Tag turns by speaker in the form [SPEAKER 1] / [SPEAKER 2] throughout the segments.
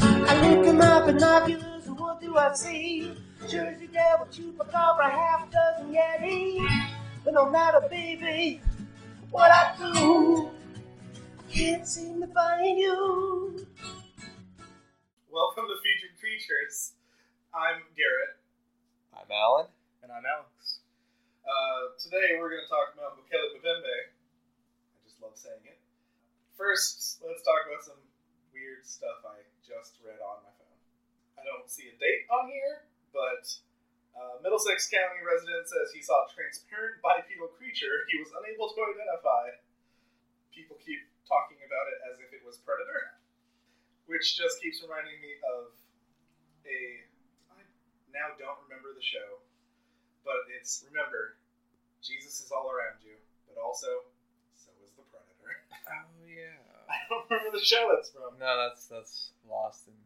[SPEAKER 1] Look in my binoculars, and what do I see? Jersey Devil, Chupacabra, half a dozen Yeti. But no matter, baby, what I do, can't seem to find you.
[SPEAKER 2] Welcome to Featured Creatures. I'm Garrett.
[SPEAKER 3] I'm Alan.
[SPEAKER 4] And I'm Alex.
[SPEAKER 2] Uh, today we're going to talk about Bukele Mbembe. I just love saying it. First, let's talk about some weird stuff I just read on my phone. I don't see a date on here, but uh, Middlesex County resident says he saw a transparent bipedal creature he was unable to identify. People keep talking about it as if it was Predator, which just keeps reminding me of a. I now don't remember the show, but it's remember, Jesus is all around you, but also, so is the Predator.
[SPEAKER 3] Oh yeah.
[SPEAKER 2] I don't remember the show that's from.
[SPEAKER 3] No, that's that's lost in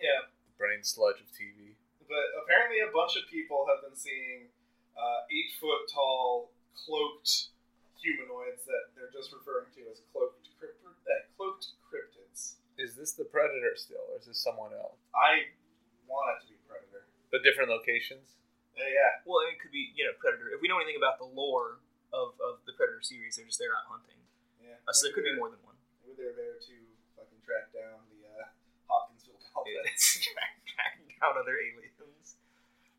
[SPEAKER 2] Yeah,
[SPEAKER 3] the brain sludge of TV.
[SPEAKER 2] But apparently, a bunch of people have been seeing uh, eight foot tall, cloaked humanoids that they're just referring to as cloaked, crypt- uh, cloaked cryptids.
[SPEAKER 3] Is this the Predator still, or is this someone else?
[SPEAKER 2] I want it to be Predator.
[SPEAKER 3] But different locations.
[SPEAKER 2] Uh, yeah,
[SPEAKER 4] Well, I mean, it could be, you know, Predator. If we know anything about the lore of, of the Predator series, they're just there out hunting.
[SPEAKER 2] yeah.
[SPEAKER 4] Uh, so there could be more than one.
[SPEAKER 2] Maybe they're there to fucking track down the uh, Hopkinsville Dolphins.
[SPEAKER 4] Tracking down other aliens.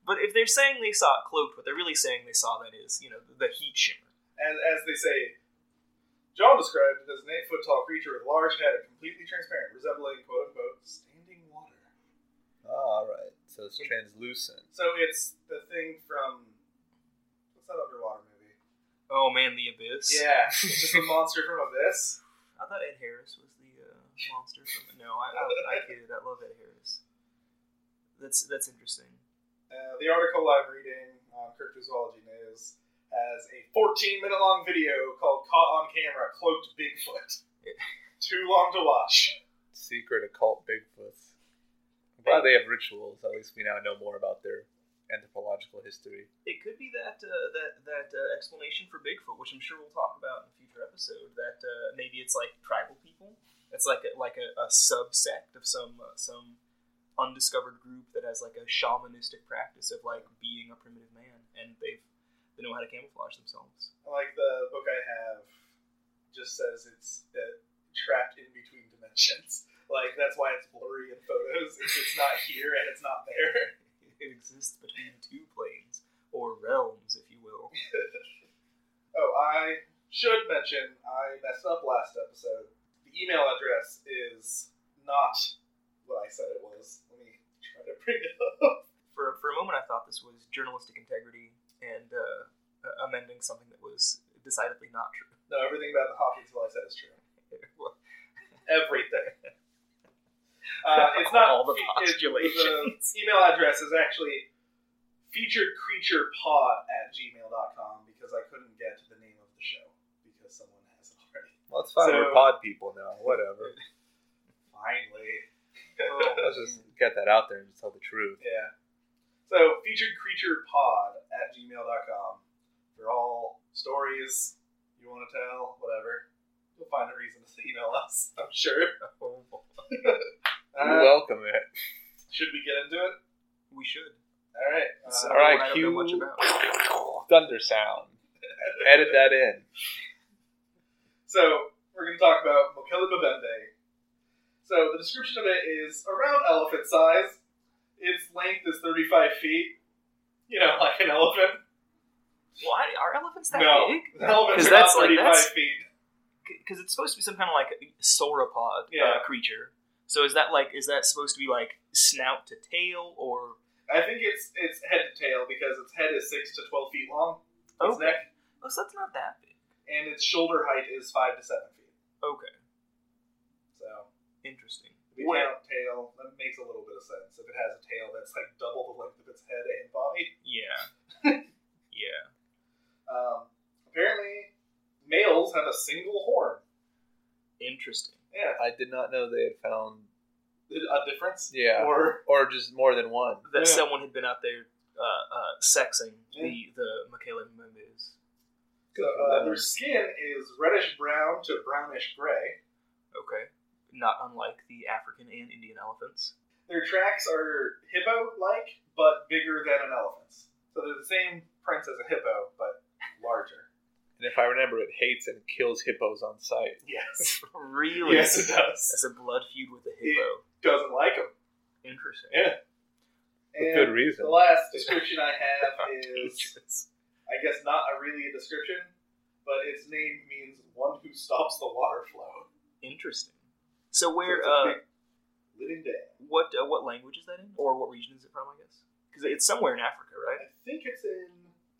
[SPEAKER 4] But if they're saying they saw it cloaked, what they're really saying they saw that is, you know, the heat shimmer.
[SPEAKER 2] as, as they say, John described it as an eight foot tall creature with large head and completely transparent, resembling quote unquote standing water.
[SPEAKER 3] All right. So it's translucent.
[SPEAKER 2] So it's the thing from what's that underwater movie?
[SPEAKER 4] Oh man, the abyss.
[SPEAKER 2] Yeah, it's just a monster from abyss.
[SPEAKER 4] I thought Ed Harris was the uh, monster from it. No, I, I, I kidded. I love Ed Harris. That's that's interesting.
[SPEAKER 2] Uh, the article I'm reading uh, on Cryptozoology News has a 14 minute long video called "Caught on Camera: Cloaked Bigfoot." Too long to watch.
[SPEAKER 3] Secret occult Bigfoots. I'm glad they have rituals. At least we now know more about their anthropological history.
[SPEAKER 4] It could be that uh, that that uh, explanation for Bigfoot, which I'm sure we'll talk about in a future episode. That uh, maybe it's like tribal people. It's like a, like a, a subsect of some uh, some undiscovered group that has like a shamanistic practice of like being a primitive man, and they've they know how to camouflage themselves.
[SPEAKER 2] Like the book I have just says it's uh, trapped in between dimensions. Like that's why it's blurry in photos. It's just not here and it's not there.
[SPEAKER 4] It exists between two planes or realms, if you will.
[SPEAKER 2] Oh, I should mention I messed up last episode. The email address is not what I said it was. Let me try to bring it up.
[SPEAKER 4] for for a moment I thought this was journalistic integrity and uh, uh, amending something that was decidedly not true.
[SPEAKER 2] No, everything about the Hopkinsville I said is true. Everything. Uh, it's not
[SPEAKER 4] All the
[SPEAKER 2] it-
[SPEAKER 4] postulations.
[SPEAKER 2] the email address is actually featuredcreaturepod at gmail.com because I couldn't get the name of the show because someone has it already.
[SPEAKER 3] Well, it's fine.
[SPEAKER 2] So-
[SPEAKER 3] We're pod people now. Whatever.
[SPEAKER 2] Finally.
[SPEAKER 4] Oh,
[SPEAKER 3] Let's just get that out there and just tell the truth.
[SPEAKER 2] Yeah. So featured creature pod at gmail.com for all stories you want to tell, whatever. You'll find a reason to email us, I'm sure.
[SPEAKER 4] oh,
[SPEAKER 3] We
[SPEAKER 2] Uh,
[SPEAKER 3] welcome it.
[SPEAKER 2] should we get into it?
[SPEAKER 4] we should.
[SPEAKER 2] All right. Uh,
[SPEAKER 4] It's
[SPEAKER 3] All
[SPEAKER 4] another
[SPEAKER 3] right,
[SPEAKER 4] one I don't
[SPEAKER 3] cue-
[SPEAKER 4] know much about.
[SPEAKER 3] Thunder sound. Edit that in.
[SPEAKER 2] So we're going to talk about Mokele Babembe. So the description of it is around elephant size. Its length is 35 feet. You know, like an elephant.
[SPEAKER 4] Why are elephants that
[SPEAKER 2] No.
[SPEAKER 4] big?
[SPEAKER 2] Elephants are
[SPEAKER 4] 'Cause that's
[SPEAKER 2] not
[SPEAKER 4] like-
[SPEAKER 2] 35
[SPEAKER 4] that's-
[SPEAKER 2] feet.
[SPEAKER 4] Because it's supposed to be some kind of like sauropod
[SPEAKER 2] Yeah.
[SPEAKER 4] uh, creature. So is that like is that supposed to be like snout to tail or
[SPEAKER 2] I think it's it's head to tail because its head is six to twelve feet long. Its
[SPEAKER 4] Okay.
[SPEAKER 2] neck
[SPEAKER 4] oh so that's not that big.
[SPEAKER 2] and its shoulder height is five to seven feet.
[SPEAKER 4] Okay,
[SPEAKER 2] So
[SPEAKER 4] interesting.
[SPEAKER 2] if you
[SPEAKER 4] Wait,
[SPEAKER 2] count tail, that makes a little bit of sense. If it has a tail that's like double the length of its head and body.
[SPEAKER 4] yeah, yeah.
[SPEAKER 2] Um, apparently, males have a single horn.
[SPEAKER 4] Interesting.
[SPEAKER 2] Yeah,
[SPEAKER 3] I did not know they had found
[SPEAKER 2] a difference.
[SPEAKER 3] Yeah.
[SPEAKER 2] Or
[SPEAKER 3] or just more than one.
[SPEAKER 4] that
[SPEAKER 2] Yeah.
[SPEAKER 4] someone had been out there uh, uh, sexing
[SPEAKER 2] Yeah.
[SPEAKER 4] the the Michaela Mbembe's.
[SPEAKER 2] so, uh, their skin is reddish brown to brownish gray.
[SPEAKER 4] Okay, not unlike the African and Indian elephants.
[SPEAKER 2] Their tracks are hippo-like, but bigger than an elephant's. So they're the same prints as a hippo, but larger.
[SPEAKER 3] And if I remember, it hates and kills hippos on sight.
[SPEAKER 2] Yes.
[SPEAKER 4] Really?
[SPEAKER 2] yes, it does.
[SPEAKER 4] That's a blood feud with a
[SPEAKER 2] Yeah.
[SPEAKER 4] hippo.
[SPEAKER 2] Doesn't like them.
[SPEAKER 4] Interesting.
[SPEAKER 2] Yeah.
[SPEAKER 3] For good
[SPEAKER 2] And
[SPEAKER 3] reason.
[SPEAKER 2] the last description I have is
[SPEAKER 4] Ages.
[SPEAKER 2] I guess not a, really a description, but its name means one who stops the water flow.
[SPEAKER 4] Interesting. So
[SPEAKER 2] So
[SPEAKER 4] where?
[SPEAKER 2] it's a
[SPEAKER 4] Uh,
[SPEAKER 2] big living day.
[SPEAKER 4] what uh, what language is that in, or what region is it from? I guess because it's somewhere in Africa, right?
[SPEAKER 2] I think it's in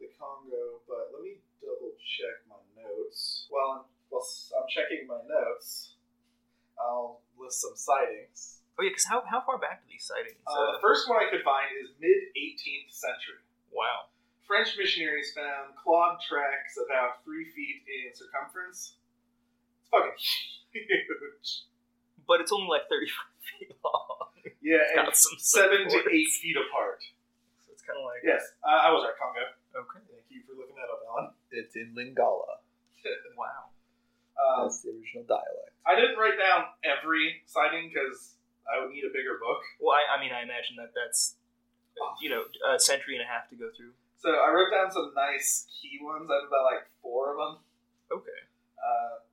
[SPEAKER 2] the Congo, but let me double check my notes. While I'm, while s- I'm checking my notes, I'll list some sightings.
[SPEAKER 4] Oh yeah, because how, how far back do these sightings?
[SPEAKER 2] Uh, the first one I could find is mid 18th century.
[SPEAKER 4] wow.
[SPEAKER 2] French missionaries found clawed tracks about three feet in circumference. It's fucking huge.
[SPEAKER 4] But it's only like thirty five feet long.
[SPEAKER 2] Yeah,
[SPEAKER 4] It's
[SPEAKER 2] and
[SPEAKER 4] got some
[SPEAKER 2] seven to
[SPEAKER 4] supports.
[SPEAKER 2] eight feet apart.
[SPEAKER 4] So it's kind of like
[SPEAKER 2] Yes, I, I was right, Congo.
[SPEAKER 4] okay,
[SPEAKER 2] Thank you for looking that up, Alan.
[SPEAKER 3] It's in Lingala.
[SPEAKER 4] wow.
[SPEAKER 2] Um,
[SPEAKER 3] That's the original dialect.
[SPEAKER 2] I didn't write down every sighting because I would need a bigger book.
[SPEAKER 4] Well, I, I mean, I imagine that that's uh, you know a century and a half to go through.
[SPEAKER 2] So I wrote down some nice key ones. I have about like four of them.
[SPEAKER 4] Okay.
[SPEAKER 2] Uh,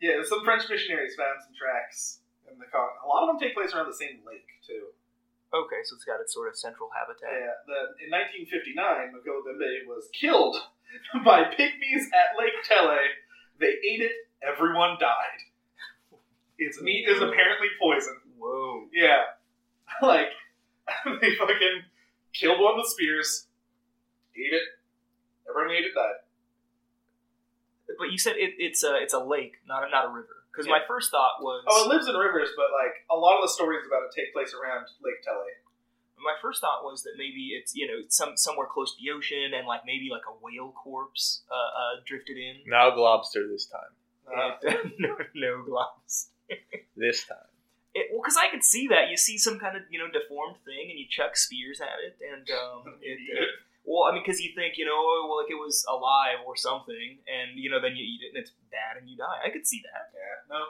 [SPEAKER 2] yeah, some French missionaries found some tracks in the Congo. A lot of them take place around the same lake too.
[SPEAKER 4] Okay, so it's got its sort of central habitat.
[SPEAKER 2] Yeah, the, in 1959, Mokolo Bembe was killed by pygmies at Lake Tele. They ate it. Everyone died. Its meat is apparently poison.
[SPEAKER 4] Whoa.
[SPEAKER 2] Yeah, like they fucking killed one with spears, ate it. Everyone who ate it died.
[SPEAKER 4] But you said it, it's a it's a lake, not a, not a river. Because my
[SPEAKER 2] Yeah.
[SPEAKER 4] first thought was
[SPEAKER 2] Oh, it lives in rivers, but like a lot of the stories about it take place around Lake Tele.
[SPEAKER 4] my first thought was that maybe it's you know it's some somewhere close to the ocean and like maybe like a whale corpse uh, uh, drifted in.
[SPEAKER 3] Now globster this time.
[SPEAKER 2] Uh,
[SPEAKER 4] And- no, no gloves.
[SPEAKER 3] This time.
[SPEAKER 4] It, well, because I could see that you see some kind of you know deformed thing and you chuck spears at it and um, it. Uh, well, I mean, because you think you know, oh, well, like it was alive or something, and you know, then you eat it and it's bad and you die. I could see that.
[SPEAKER 2] yeah, no,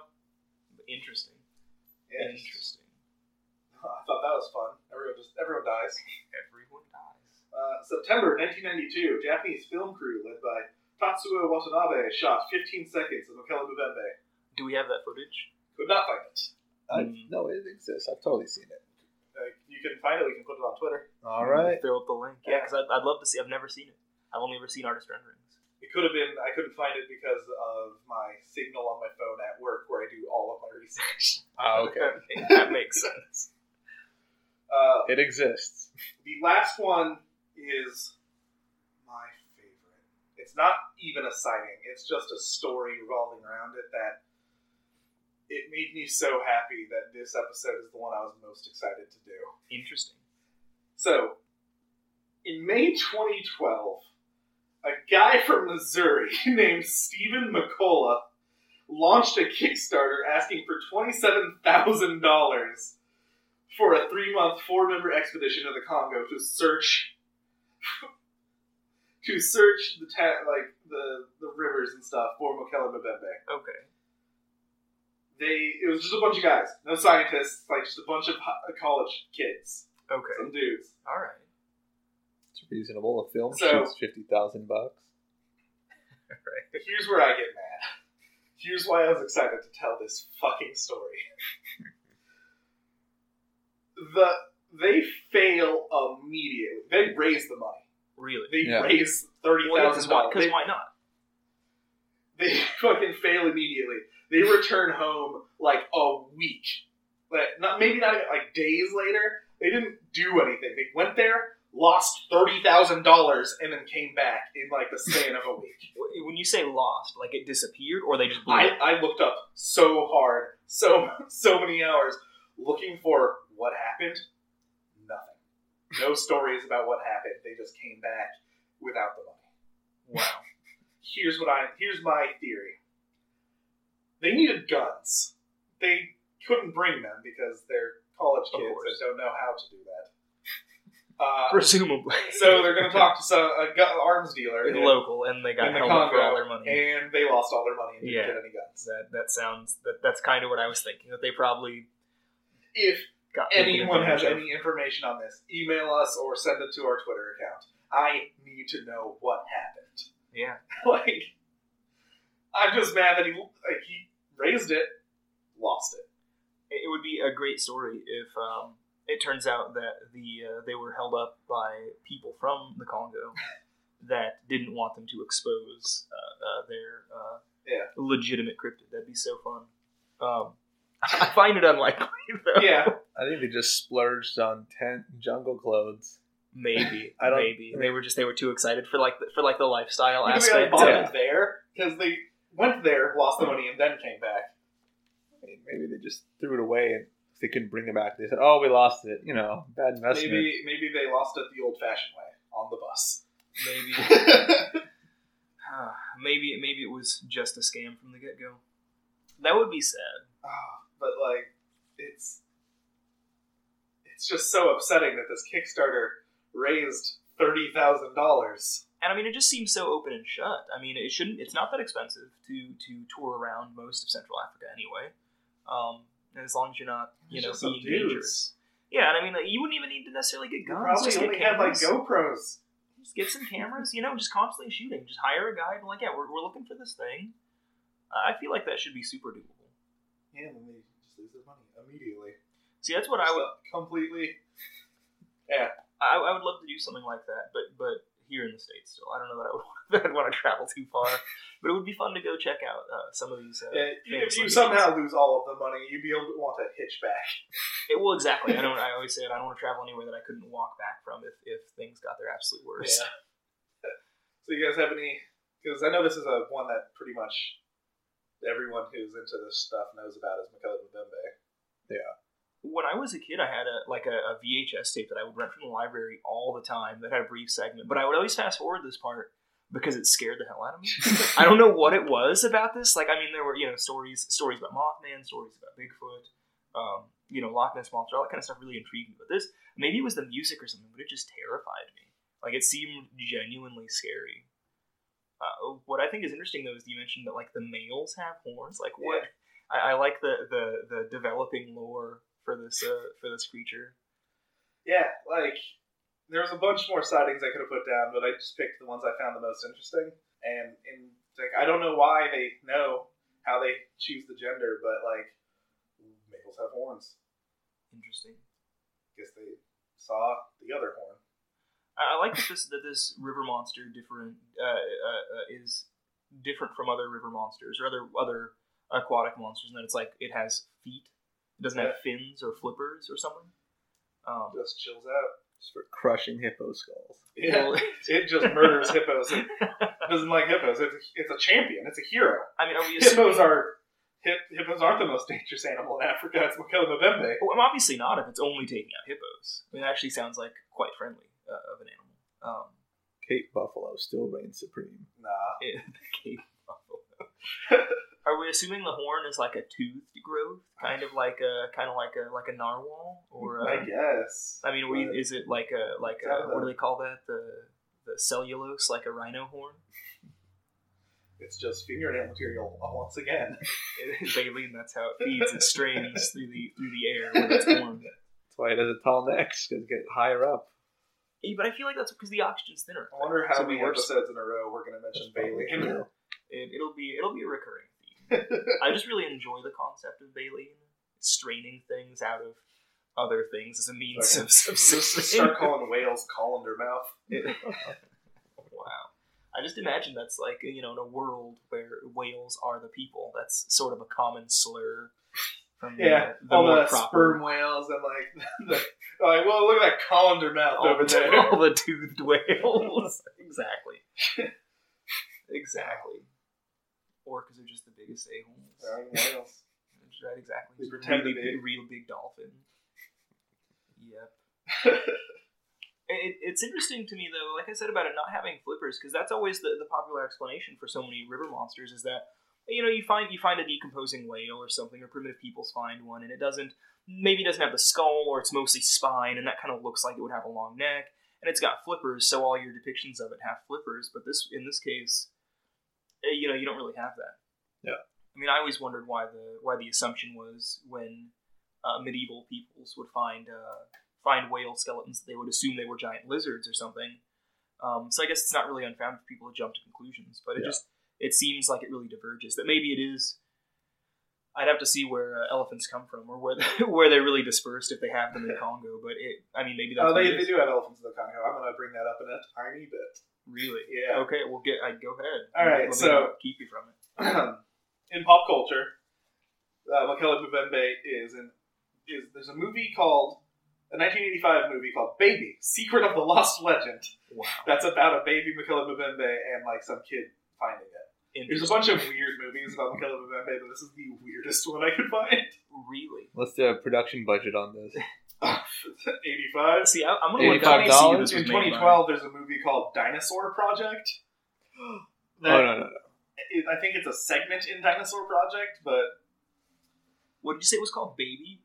[SPEAKER 4] Interesting.
[SPEAKER 2] yeah.
[SPEAKER 4] Interesting.
[SPEAKER 2] I thought that was fun. Everyone just everyone dies.
[SPEAKER 4] Everyone dies.
[SPEAKER 2] Uh, September 1992, Japanese film crew led by Tatsuo Watanabe shot 15 seconds of Mokele Mbembe.
[SPEAKER 4] Do we have that footage?
[SPEAKER 2] Could not find it.
[SPEAKER 3] I,
[SPEAKER 2] Hmm.
[SPEAKER 4] Mm.
[SPEAKER 3] no, it exists. I've totally seen it.
[SPEAKER 2] Uh, you can find it. We can put it on Twitter.
[SPEAKER 3] All right.
[SPEAKER 4] Throw up the link. Yeah, because I'd, I'd love to see. I've never seen it. I've only ever seen artist renderings.
[SPEAKER 2] It could have been. I couldn't find it because of my signal on my phone at work, where I do all of my research.
[SPEAKER 3] Oh, okay.
[SPEAKER 4] that makes sense.
[SPEAKER 2] Uh,
[SPEAKER 3] It exists.
[SPEAKER 2] The last one is my favorite. It's not even a sighting, it's just a story revolving around it that it made me so happy that this episode is the one I was most excited to do.
[SPEAKER 4] Interesting.
[SPEAKER 2] So, in May 2012, a guy from Missouri named Stephen McCullough launched a Kickstarter asking for $27,000 for a three month, four member expedition to the Congo to search. To search the ta- like the, the rivers and stuff for Mokele Mbembe
[SPEAKER 4] Okay.
[SPEAKER 2] they it was just a bunch of guys, no scientists, like just a bunch of hi- college kids,
[SPEAKER 4] Okay.
[SPEAKER 2] some dudes.
[SPEAKER 4] All right.
[SPEAKER 3] It's reasonable. A film
[SPEAKER 2] So-
[SPEAKER 3] shoots 50000 bucks.
[SPEAKER 2] Here's where I get mad. Here's why I was excited to tell this fucking story. the they fail immediately. They raise the money.
[SPEAKER 4] Really.
[SPEAKER 2] They
[SPEAKER 3] Yeah.
[SPEAKER 2] raise thirty
[SPEAKER 4] Well,
[SPEAKER 2] thousand dollars.
[SPEAKER 4] Because why not?
[SPEAKER 2] They fucking fail immediately. They return home like a week, like not maybe not even like days later. They didn't do anything. They went there, lost thirty thousand dollars, and then came back in like the span of a week.
[SPEAKER 4] Wh- When you say lost, like it disappeared, or they just blew
[SPEAKER 2] I,
[SPEAKER 4] it?
[SPEAKER 2] I looked up so hard, so so many hours looking for what happened. Nothing. No stories about what happened. They just came back without the money.
[SPEAKER 4] Wow.
[SPEAKER 2] here's what I here's my theory. They needed guns. They couldn't bring them because they're college
[SPEAKER 4] Of
[SPEAKER 2] kids
[SPEAKER 4] course.
[SPEAKER 2] that don't know how to do that. Uh,
[SPEAKER 4] Presumably.
[SPEAKER 2] so they're going to talk to some a gu- arms dealer in,
[SPEAKER 4] in local, and they got
[SPEAKER 2] in the
[SPEAKER 4] held up for all their
[SPEAKER 2] Congo,
[SPEAKER 4] money.
[SPEAKER 2] and they lost all their money and didn't
[SPEAKER 4] Yeah.
[SPEAKER 2] get any guns.
[SPEAKER 4] that that sounds that that's kind of what I was thinking. That they probably
[SPEAKER 2] If
[SPEAKER 4] got
[SPEAKER 2] anyone
[SPEAKER 4] taken advantage
[SPEAKER 2] has
[SPEAKER 4] of.
[SPEAKER 2] any information on this, email us or send it to our Twitter account. I need to know what happened.
[SPEAKER 4] Yeah.
[SPEAKER 2] like, I'm just mad that he like, he raised it, lost it.
[SPEAKER 4] It it would be a great story if um, it turns out that the uh, they were held up by people from the Congo that didn't want them to expose uh, uh, their uh,
[SPEAKER 2] Yeah.
[SPEAKER 4] legitimate cryptid. That'd be so fun. Um, I find it unlikely though.
[SPEAKER 2] Yeah,
[SPEAKER 3] I think they just splurged on tent jungle clothes.
[SPEAKER 4] Maybe
[SPEAKER 3] I don't-
[SPEAKER 4] maybe they were just they were too excited for like the, for like the lifestyle
[SPEAKER 2] maybe I
[SPEAKER 4] aspect.
[SPEAKER 2] bought
[SPEAKER 3] yeah.
[SPEAKER 2] it there because they went there, lost the money, and then came back.
[SPEAKER 3] I mean, maybe they just threw it away and they couldn't bring it back. They said, "Oh, we lost it. You know, bad investment."
[SPEAKER 2] Maybe maybe they lost it the old-fashioned way on the bus. Ah,
[SPEAKER 4] Maybe Uh, maybe maybe it was just a scam from the get go. That would be sad.
[SPEAKER 2] Ah, but like it's it's just so upsetting that this Kickstarter raised thirty thousand dollars.
[SPEAKER 4] And I mean, it just seems so open and shut. I mean, it shouldn't. It's not that expensive to to tour around most of Central Africa anyway. Um, and as long as you're not, you know, being dangerous. Yeah, and I mean, like, you wouldn't even need to necessarily get guns.
[SPEAKER 2] Probably
[SPEAKER 4] just
[SPEAKER 2] only had
[SPEAKER 4] get
[SPEAKER 2] like GoPros.
[SPEAKER 4] cameras. Just get some cameras. You know, just constantly shooting. Just hire a guy. And be like, yeah, we're, we're looking for this thing. Uh, I feel like that should be super doable.
[SPEAKER 2] Yeah, and then they just lose their money immediately.
[SPEAKER 4] See, that's what I would.
[SPEAKER 2] Just completely.
[SPEAKER 4] I, I would love to do something like that, but but here in the states still, I don't know that I would that I'd want to travel too far. but it would be fun to go check out uh, some of these. Uh,
[SPEAKER 2] Yeah, if
[SPEAKER 4] famous
[SPEAKER 2] you
[SPEAKER 4] locations.
[SPEAKER 2] somehow lose all of the money, you'd be able to want to hitch back.
[SPEAKER 4] it, well, exactly. I don't. I always say it. I don't want to travel anywhere that I couldn't walk back from if, if things got their absolute worst.
[SPEAKER 2] So you guys have any? Because I know this is a one that pretty much everyone who's into this stuff knows about is McCullough Mbembe.
[SPEAKER 4] When I was a kid, I had a like a, a VHS tape that I would rent from the library all the time that had a brief segment, but I would always fast forward this part because it scared the hell out of me. I don't know what it was about this. Like, I mean, there were you know stories stories about Mothman, stories about Bigfoot, um, you know Loch Ness monster, all that kind of stuff really intrigued me. But this, maybe it was the music or something, but it just terrified me. Like, it seemed genuinely scary. Uh, what I think is interesting though is you mentioned that like the males have horns. Like, what? I, I like the, the the developing lore for this uh, for this creature.
[SPEAKER 2] Yeah, like there was a bunch more sightings I could have put down, but I just picked the ones I found the most interesting. And and like I don't know why they know how they choose the gender, but like males have horns.
[SPEAKER 4] Interesting.
[SPEAKER 2] Guess they saw the other horn.
[SPEAKER 4] I I like that this that this river monster different uh, uh, uh, is different from other river monsters or other other aquatic monsters, and that it's like it has feet. It doesn't have fins or flippers or something. Um,
[SPEAKER 2] Just chills out.
[SPEAKER 3] just for crushing hippo skulls.
[SPEAKER 2] Yeah,
[SPEAKER 4] well,
[SPEAKER 2] it just murders hippos. It doesn't like hippos. It's a, it's a champion. It's a hero.
[SPEAKER 4] I mean, are we
[SPEAKER 2] Hippos
[SPEAKER 4] assuming?
[SPEAKER 2] are hip, hippos aren't the most dangerous animal in Africa. It's Makela Mbembe.
[SPEAKER 4] Well, I'm obviously not if it's only taking out hippos. I mean, it actually sounds like quite friendly uh, of an animal. Um,
[SPEAKER 3] Cape Buffalo still reigns supreme.
[SPEAKER 2] Nah,
[SPEAKER 4] it, the cave buffalo. Are we assuming the horn is like a toothed growth, kind of like a kind of like a like a narwhal, or uh,
[SPEAKER 2] I guess.
[SPEAKER 4] I mean, we,
[SPEAKER 2] But-
[SPEAKER 4] is it like a like
[SPEAKER 2] Yeah,
[SPEAKER 4] a, what
[SPEAKER 2] the-
[SPEAKER 4] do they call that? The the cellulose, like a rhino horn.
[SPEAKER 2] It's just fingernail material uh, once again.
[SPEAKER 4] Baleen, that's how it feeds. It strains through the through the air with its horn.
[SPEAKER 3] That's why it has a tall neck because it gets higher up.
[SPEAKER 4] Eh, But I feel like that's because the oxygen's thinner.
[SPEAKER 2] I wonder how
[SPEAKER 4] So
[SPEAKER 2] many
[SPEAKER 4] we were-
[SPEAKER 2] episodes in a row we're going to mention Baleen.
[SPEAKER 4] It, it'll be it'll be a recurring theme. I just really enjoy the concept of baleen, straining things out of other things as a means
[SPEAKER 2] Okay.
[SPEAKER 4] of
[SPEAKER 2] Just
[SPEAKER 4] subsistence.
[SPEAKER 2] start calling whales colander mouth.
[SPEAKER 4] Wow. I just imagine that's like, you know, in a world where whales are the people. That's sort of a common slur from the,
[SPEAKER 2] Yeah,
[SPEAKER 4] the
[SPEAKER 2] all
[SPEAKER 4] more
[SPEAKER 2] the
[SPEAKER 4] proper-
[SPEAKER 2] sperm whales and like, the, like, well, look at that colander mouth
[SPEAKER 4] all
[SPEAKER 2] over
[SPEAKER 4] the-
[SPEAKER 2] there.
[SPEAKER 4] all the toothed whales. exactly. exactly. Orcas are just the biggest a-holes.
[SPEAKER 2] Right, whales.
[SPEAKER 4] That's Right, exactly.
[SPEAKER 2] They
[SPEAKER 4] Just
[SPEAKER 2] pretend to
[SPEAKER 4] really
[SPEAKER 2] be.
[SPEAKER 4] big, real big dolphin. Yep. It, it's interesting to me though, like I said about it not having flippers, because that's always the, the popular explanation for so many river monsters is that you know you find you find a decomposing whale or something, or primitive peoples find one, and it doesn't maybe it doesn't have the skull or it's mostly spine, and that kind of looks like it would have a long neck, and it's got flippers, so all your depictions of it have flippers, but this in this case, eh, you know you don't really have that.
[SPEAKER 3] Yeah.
[SPEAKER 4] I mean, I always wondered why the why the assumption was when uh, medieval peoples would find uh, find whale skeletons. They would assume they were giant lizards or something. Um, so I guess it's not really unfounded for people to jump to conclusions, but it
[SPEAKER 3] Yeah.
[SPEAKER 4] just it seems like it really diverges. That maybe it is. I'd have to see where uh, elephants come from, or where they, where they're really dispersed if they have them in Congo. But it, I mean, maybe that's
[SPEAKER 2] Oh,
[SPEAKER 4] what
[SPEAKER 2] they,
[SPEAKER 4] it
[SPEAKER 2] they
[SPEAKER 4] is.
[SPEAKER 2] do have elephants in the Congo. I'm gonna bring that up in a tiny bit.
[SPEAKER 4] really.
[SPEAKER 2] Yeah.
[SPEAKER 4] Okay, well, get I go ahead.
[SPEAKER 2] All right,
[SPEAKER 4] Let me
[SPEAKER 2] so-
[SPEAKER 4] keep you from it.
[SPEAKER 2] in pop culture, uh, Michaela Bubembe is in. Is there's a movie called a 1985 movie called Baby: Secret of the Lost Legend.
[SPEAKER 4] Wow.
[SPEAKER 2] That's about a baby Michaela Bubembe and like some kid finding it. There's a
[SPEAKER 4] Interesting.
[SPEAKER 2] bunch of weird movies about Michaela Bubembe, but this is the weirdest one I could find.
[SPEAKER 4] Really.
[SPEAKER 3] What's the production budget on this?
[SPEAKER 2] 85.
[SPEAKER 4] See, I, I'm gonna look
[SPEAKER 3] $85
[SPEAKER 4] up and see who
[SPEAKER 2] In
[SPEAKER 4] this was made by.
[SPEAKER 2] 2012, there's a movie called Dinosaur Project. That,
[SPEAKER 3] oh no no no.
[SPEAKER 2] it- I think it's a segment in Dinosaur Project, but
[SPEAKER 4] What did you say it was called? Baby,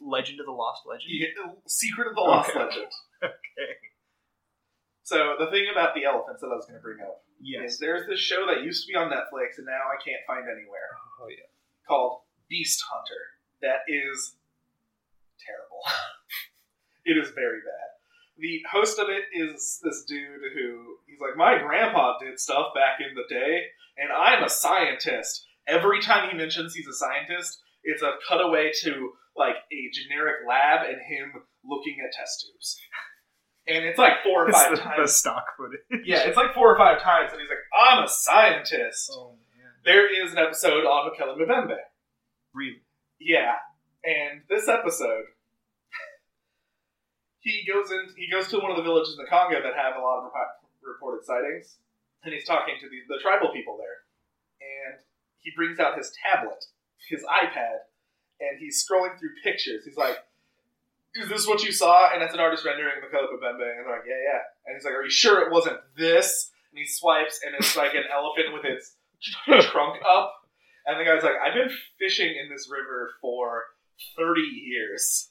[SPEAKER 4] Legend of the Lost Legend.
[SPEAKER 2] you get- Secret of the Lost
[SPEAKER 4] Okay.
[SPEAKER 2] Legend. So the thing about the elephants that I was going to bring up is there's this show that used to be on Netflix and now I can't find anywhere
[SPEAKER 3] Oh yeah.
[SPEAKER 2] called Beast Hunter. That is terrible. it is very bad. The host of it is this dude who he's like, my grandpa did stuff back in the day, and I'm a scientist. Every time he mentions he's a scientist, it's a cutaway to like a generic lab and him looking at test tubes. And it's like four or five times.
[SPEAKER 4] stock footage.
[SPEAKER 2] Yeah, it's like four or five times, and he's like, "I'm a scientist."
[SPEAKER 4] Oh man.
[SPEAKER 2] There is an episode on Michaela Mbembe.
[SPEAKER 4] Really?
[SPEAKER 2] Yeah, and this episode, he goes in. He goes to one of the villages in the Congo that have a lot of repo- reported sightings, and he's talking to the, the tribal people there. And he brings out his tablet, his iPad, and he's scrolling through pictures. He's like, "Is this what you saw?" And that's an artist rendering of Michaela Mbembe, and they're like, "Yeah, yeah." And he's like, "Are you sure it wasn't this?" And he swipes, and it's like an elephant with its trunk up. And the guy's like, I've been fishing in this river for 30 years.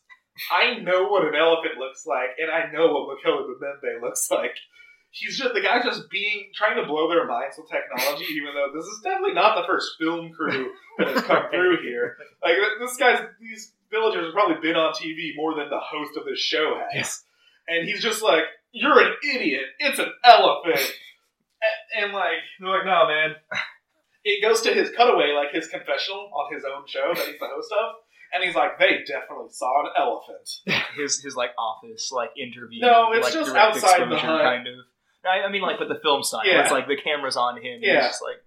[SPEAKER 2] I know what an elephant looks like, and I know what Michaela Mbembe looks like. He's just the guy's just being trying to blow their minds with technology, even though this is definitely not the first film crew that has come through here. Like th- this guy's these villagers have probably been on TV more than the host of this show has. And he's just like, You're an idiot, it's an elephant. A- and like they're like, No man, it goes to his cutaway, like his confessional on his own show that he's the host of, and he's like, "They definitely saw an elephant."
[SPEAKER 4] His his like office like interview.
[SPEAKER 2] No, it's
[SPEAKER 4] like,
[SPEAKER 2] just
[SPEAKER 4] direct
[SPEAKER 2] outside the
[SPEAKER 4] exposure,
[SPEAKER 2] hut.
[SPEAKER 4] kind of. No, I, I mean, like, but the film style.
[SPEAKER 2] Yeah.
[SPEAKER 4] It's like the camera's on him. Yeah.
[SPEAKER 2] Yeah.
[SPEAKER 4] He's just like,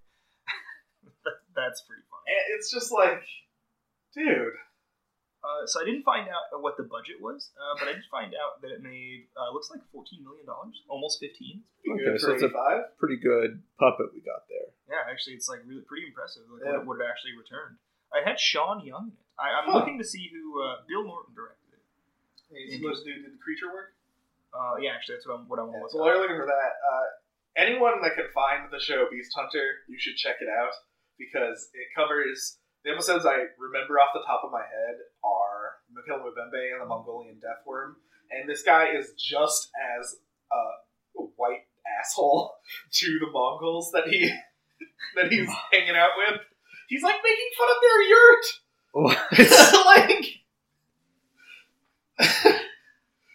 [SPEAKER 4] that's pretty funny.
[SPEAKER 2] And it's just like, dude,
[SPEAKER 4] Uh, so I didn't find out what the budget was, uh, but I did find out that it made uh, looks like fourteen million dollars, almost fifteen.
[SPEAKER 2] pretty
[SPEAKER 3] Okay,
[SPEAKER 2] good
[SPEAKER 3] so
[SPEAKER 2] for
[SPEAKER 3] it's a-
[SPEAKER 2] eighty-five.
[SPEAKER 3] Pretty good puppet we got there.
[SPEAKER 4] Yeah, actually, it's like really pretty impressive. Like
[SPEAKER 2] Yeah.
[SPEAKER 4] what, it, what it actually returned. I had Sean Young. in it. I, I'm
[SPEAKER 2] Huh.
[SPEAKER 4] looking to see who uh, Bill Norton directed it.
[SPEAKER 2] He's
[SPEAKER 3] Mhm.
[SPEAKER 2] supposed to do the creature work.
[SPEAKER 4] Uh, yeah, actually, that's what I'm. What I want to
[SPEAKER 2] Yeah, so
[SPEAKER 4] look up.
[SPEAKER 2] while you're looking for that, uh, anyone that can find the show Beast Hunter, you should check it out because it covers the episodes I remember off the top of my head are Mikhail Mbembe and the Mongolian Death Worm, and this guy is just as uh, a white asshole to the Mongols that he that he's hanging out with. He's like making fun of their yurt,
[SPEAKER 3] What?
[SPEAKER 2] like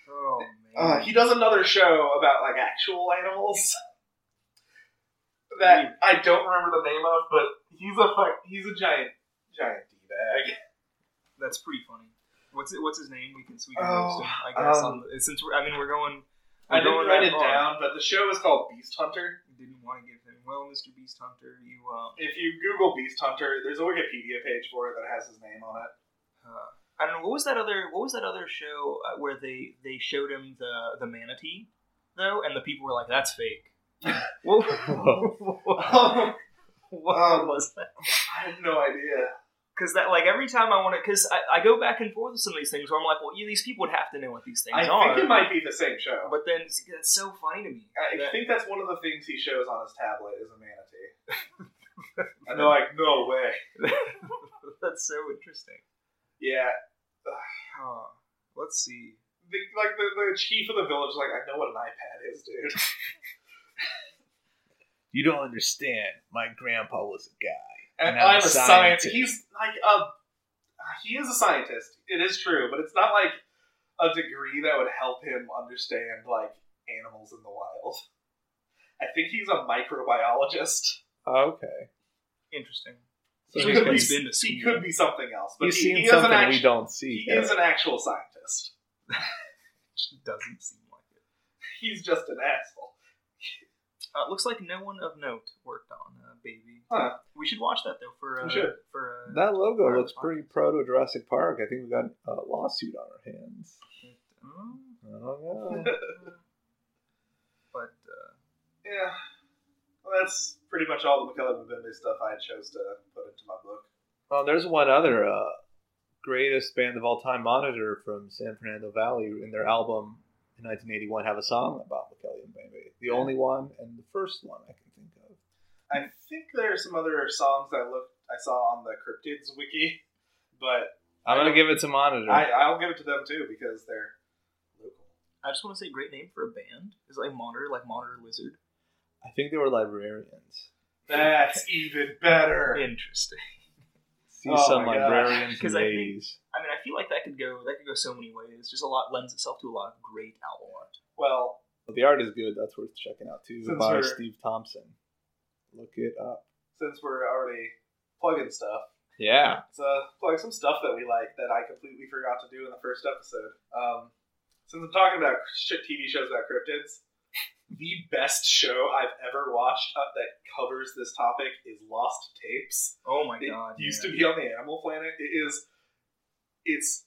[SPEAKER 4] Oh
[SPEAKER 2] Uh,
[SPEAKER 4] man.
[SPEAKER 2] he does another show about like actual animals
[SPEAKER 4] Mm-hmm.
[SPEAKER 2] that I don't remember the name of, but he's a fuck, he's a giant giant d bag.
[SPEAKER 4] That's pretty funny. What's it, what's his name? We can so we can
[SPEAKER 2] Oh,
[SPEAKER 4] roast him, I guess.
[SPEAKER 3] um,
[SPEAKER 4] on the, since we're, I mean, we're going.
[SPEAKER 2] I
[SPEAKER 4] We're
[SPEAKER 2] didn't
[SPEAKER 4] going
[SPEAKER 2] write
[SPEAKER 4] that
[SPEAKER 2] it
[SPEAKER 4] far.
[SPEAKER 2] down, but the show is called Beast Hunter.
[SPEAKER 4] Didn't want to give him. Well, Mr. Beast Hunter, you. Um,
[SPEAKER 2] If you Google Beast Hunter, there's a Wikipedia page for it that has his name on it.
[SPEAKER 4] uh, I don't know. What was that other? What was that other show uh, where they they showed him the the manatee though, and the people were like, "That's fake." what,
[SPEAKER 2] I Um,
[SPEAKER 4] what was that?
[SPEAKER 2] have no idea.
[SPEAKER 4] Because that, like, every time I want to, because I, I go back and forth with some of these things where I'm like, well, yeah, these people would have to know what these things
[SPEAKER 2] I
[SPEAKER 4] are.
[SPEAKER 2] think it might be the same show.
[SPEAKER 4] but then it's- that's so funny to me.
[SPEAKER 2] I
[SPEAKER 4] that-
[SPEAKER 2] think that's one of the things he shows on his tablet is a manatee. and they're like, no way.
[SPEAKER 4] that's so interesting.
[SPEAKER 2] Yeah,
[SPEAKER 4] Huh. Let's see.
[SPEAKER 2] the, like the, the chief of the village is like, I know what an iPad is, dude.
[SPEAKER 3] you don't understand. My grandpa was a guy.
[SPEAKER 2] And,
[SPEAKER 3] And I'm
[SPEAKER 2] I'm
[SPEAKER 3] a
[SPEAKER 2] a scientist.
[SPEAKER 3] scientist.
[SPEAKER 2] He's like a I he is a scientist. It is true, but it's not like a degree that would help him understand like animals in the wild. I think he's a microbiologist.
[SPEAKER 3] Okay.
[SPEAKER 4] Interesting.
[SPEAKER 3] So
[SPEAKER 4] He
[SPEAKER 2] he,
[SPEAKER 3] he's
[SPEAKER 2] could
[SPEAKER 4] been-
[SPEAKER 2] be,
[SPEAKER 4] he's been to
[SPEAKER 2] he
[SPEAKER 4] school.
[SPEAKER 2] could be something else, but
[SPEAKER 3] he's
[SPEAKER 2] he,
[SPEAKER 3] seen
[SPEAKER 2] he is an
[SPEAKER 3] something we
[SPEAKER 2] actual
[SPEAKER 3] don't see.
[SPEAKER 2] he
[SPEAKER 3] Yeah.
[SPEAKER 2] is an actual scientist.
[SPEAKER 4] Just doesn't seem like it.
[SPEAKER 2] He's just an asshole.
[SPEAKER 4] Uh, looks like no one of note worked on uh, Baby.
[SPEAKER 2] Huh.
[SPEAKER 4] We should watch that though for
[SPEAKER 2] We
[SPEAKER 4] uh,
[SPEAKER 2] should.
[SPEAKER 4] for uh,
[SPEAKER 3] That logo looks pretty proto Jurassic Park. I think we got a lawsuit on our hands.
[SPEAKER 4] Oh.
[SPEAKER 3] I don't know.
[SPEAKER 4] but uh,
[SPEAKER 2] Yeah. Well, that's pretty much all the McCullough Mbembe stuff I chose to put into my book.
[SPEAKER 3] Well, Oh, there's one other uh, greatest band of all time, Monitor from San Fernando Valley, in their album in 1981, have a song about Kelly and Baby. The only one and the first one I can think of.
[SPEAKER 2] I think there are some other songs I looked I saw on the cryptids wiki, but
[SPEAKER 3] I'm gonna give it to Monitor.
[SPEAKER 2] I, I'll give it to them too because they're local.
[SPEAKER 4] I just want to say, great name for a band is like monitor, like monitor lizard.
[SPEAKER 3] I think they were librarians.
[SPEAKER 2] That's even better.
[SPEAKER 4] Interesting.
[SPEAKER 3] See
[SPEAKER 2] Oh
[SPEAKER 3] some
[SPEAKER 2] my God.
[SPEAKER 3] librarians in
[SPEAKER 4] 'Cause
[SPEAKER 3] the
[SPEAKER 4] I think-
[SPEAKER 3] 80s.
[SPEAKER 4] I mean, I feel like that could go that could go so many ways. Just a lot lends itself to a lot of great album art.
[SPEAKER 2] Well,
[SPEAKER 3] But the art is good. That's worth checking out too.
[SPEAKER 2] Since
[SPEAKER 3] by
[SPEAKER 2] we're-
[SPEAKER 3] Steve Thompson. Look it up.
[SPEAKER 2] since we're already plugging stuff,
[SPEAKER 3] Yeah.
[SPEAKER 2] So plug some stuff that we like that I completely forgot to do in the first episode. Um, since I'm talking about shit TV shows about cryptids, the best show I've ever watched uh, that covers this topic is Lost Tapes.
[SPEAKER 4] Oh my
[SPEAKER 2] It
[SPEAKER 4] god!
[SPEAKER 2] used
[SPEAKER 4] yeah.
[SPEAKER 2] to be on the Animal Planet. It is, it's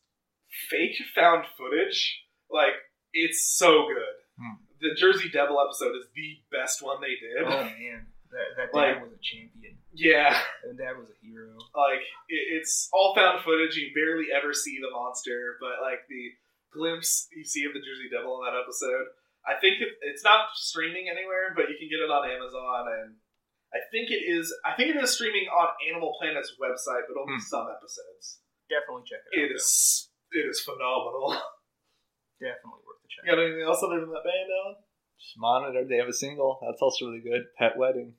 [SPEAKER 2] fake found footage. Like it's so good.
[SPEAKER 3] Hmm.
[SPEAKER 2] The Jersey Devil episode is the best one they did.
[SPEAKER 4] Oh man, that, that dad
[SPEAKER 2] Like-
[SPEAKER 4] was a champion.
[SPEAKER 2] Yeah.
[SPEAKER 4] That dad was a hero.
[SPEAKER 2] like it, it's all found footage you barely ever see the monster but like the glimpse you see of the jersey devil in that episode i think it, it's not streaming anywhere but you can get it on amazon and i think it is i think it is streaming on animal planet's website but only
[SPEAKER 3] Hmm.
[SPEAKER 2] some episodes
[SPEAKER 4] Definitely check it
[SPEAKER 2] it
[SPEAKER 4] out.
[SPEAKER 2] is it is phenomenal
[SPEAKER 4] though. definitely worth the check.
[SPEAKER 2] you got anything else other than that band Alan?
[SPEAKER 3] Just Monitor. They have a single. That's also really good. Pet Wedding.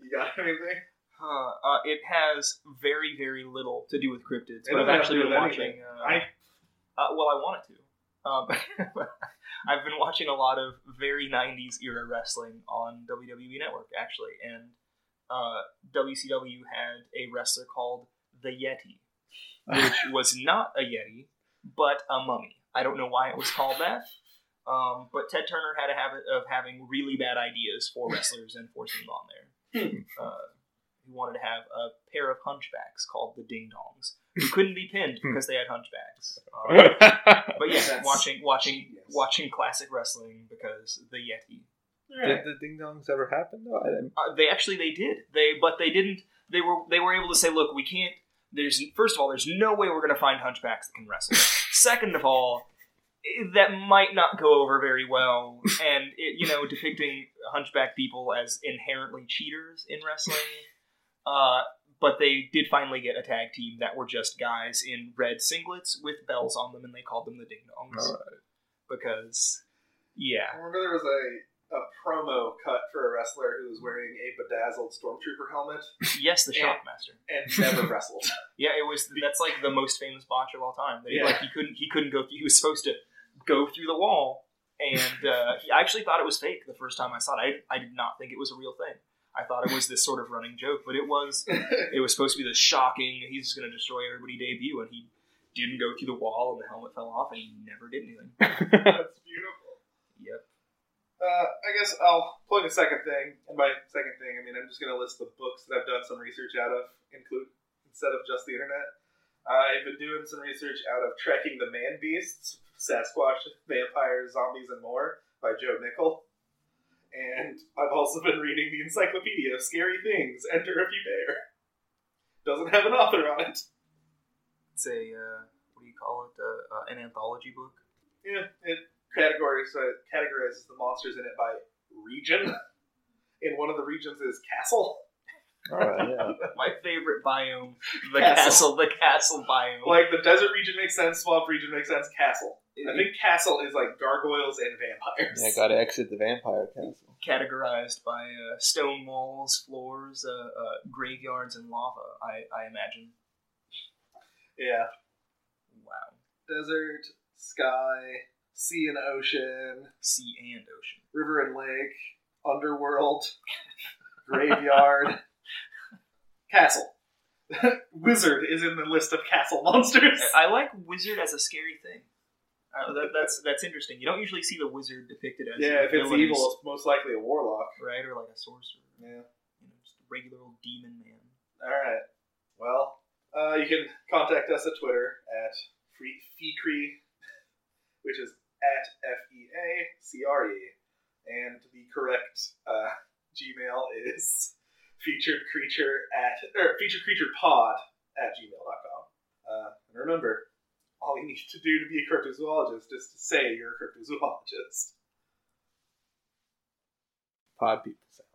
[SPEAKER 2] you got anything
[SPEAKER 4] Huh, uh, it has very very little to do with cryptids,
[SPEAKER 2] It
[SPEAKER 4] but
[SPEAKER 2] doesn't
[SPEAKER 4] I've
[SPEAKER 2] have to
[SPEAKER 4] actually
[SPEAKER 2] do
[SPEAKER 4] been
[SPEAKER 2] with
[SPEAKER 4] watching.
[SPEAKER 2] anything.
[SPEAKER 4] Uh,
[SPEAKER 2] I-
[SPEAKER 4] uh, well, I want it to. Um, I've been watching a lot of very '90s era wrestling on WWE Network actually, and uh, WCW had a wrestler called the Yeti, which was not a Yeti but a mummy. I don't know why it was called that. Um, but Ted Turner had a habit of having really bad ideas for wrestlers and forcing them on
[SPEAKER 2] Hmm.
[SPEAKER 4] there. Uh, he wanted to have a pair of hunchbacks called the Ding Dongs, who couldn't be pinned because they had hunchbacks. Um,
[SPEAKER 3] did,
[SPEAKER 4] but yeah,
[SPEAKER 2] Hmm. That's
[SPEAKER 4] watching watching
[SPEAKER 2] genius.
[SPEAKER 4] watching classic wrestling because the Yeti.
[SPEAKER 3] the ding dongs ever happen though? I didn't.
[SPEAKER 4] Uh, they actually they did they but they didn't they were they were able to say look we can't there's first of all there's no way we're going to find hunchbacks that can wrestle second of all eh, that might not go over very well and it, you know depicting hunchback people as inherently cheaters in wrestling uh, but they did finally get a tag team that were just guys in red singlets with bells on them and they called them the ding dongs
[SPEAKER 3] All
[SPEAKER 4] because yeah
[SPEAKER 2] I remember there was a, a promo cut for a wrestler who was wearing a bedazzled stormtrooper helmet
[SPEAKER 4] yes the shockmaster
[SPEAKER 2] and never wrestled
[SPEAKER 4] Yeah, it was. That's like the most famous botch of all time. That he,
[SPEAKER 2] Yeah.
[SPEAKER 4] Like he couldn't. He couldn't go. Through, he was supposed to go through the wall, and uh, he, I actually thought it was fake the first time I saw it. I, I did not think it was a real thing. I thought it was this sort of running joke, but it was. It was supposed to be this shocking. He's going to destroy everybody debut, and he didn't go through the wall, and the helmet fell off, and he never did anything.
[SPEAKER 3] right.
[SPEAKER 2] That's beautiful.
[SPEAKER 4] Yep.
[SPEAKER 2] Uh, I guess I'll plug a second thing, and by second thing, I mean I'm just going to list the books that I've done some research out of, include instead of just the internet. I've been doing some research out of Trekking the Man Beasts, Sasquatch, Vampires, Zombies, and More by Joe Nickel. And I've also been reading the Encyclopedia of Scary Things, Enter If You Dare. Doesn't have an author on it.
[SPEAKER 4] It's a uh, what do you call it? Uh, uh, an anthology book.
[SPEAKER 2] Yeah, it categorizes uh, categorizes the monsters in it by region, and one of the regions is castle.
[SPEAKER 3] All right. Yeah.
[SPEAKER 4] My favorite biome, the
[SPEAKER 2] Castle.
[SPEAKER 4] castle, the castle biome.
[SPEAKER 2] Like the desert region makes sense, swamp region makes sense, castle. I
[SPEAKER 4] It-
[SPEAKER 2] think castle is like gargoyles and vampires.
[SPEAKER 3] Yeah, gotta exit the vampire castle.
[SPEAKER 4] categorized by uh, stone walls, floors, uh, uh, graveyards, and lava. I, I imagine
[SPEAKER 2] Yeah.
[SPEAKER 4] Wow.
[SPEAKER 2] Desert, sky, sea and ocean,
[SPEAKER 4] Sea and ocean.
[SPEAKER 2] river and lake, underworld, graveyard, castle. Wizard is in the list of castle monsters.
[SPEAKER 4] I I like wizard as a scary thing. Uh, that, that's that's interesting. You don't usually see the wizard depicted as
[SPEAKER 2] yeah, if
[SPEAKER 4] a
[SPEAKER 2] it's
[SPEAKER 4] villain,
[SPEAKER 2] evil, it's most likely a warlock.
[SPEAKER 4] right, or like a sorcerer,
[SPEAKER 2] Yeah.
[SPEAKER 4] you know, just a regular old demon man.
[SPEAKER 2] All right. Well, uh, you can contact us at Twitter at Free- Feecree, which is at F E A C R E. And the correct uh, Gmail is featured creature at or featured creature pod at gmail.com. Uh, and remember, all you need to do to be a cryptozoologist is to say you're a cryptozoologist.
[SPEAKER 3] Pod people.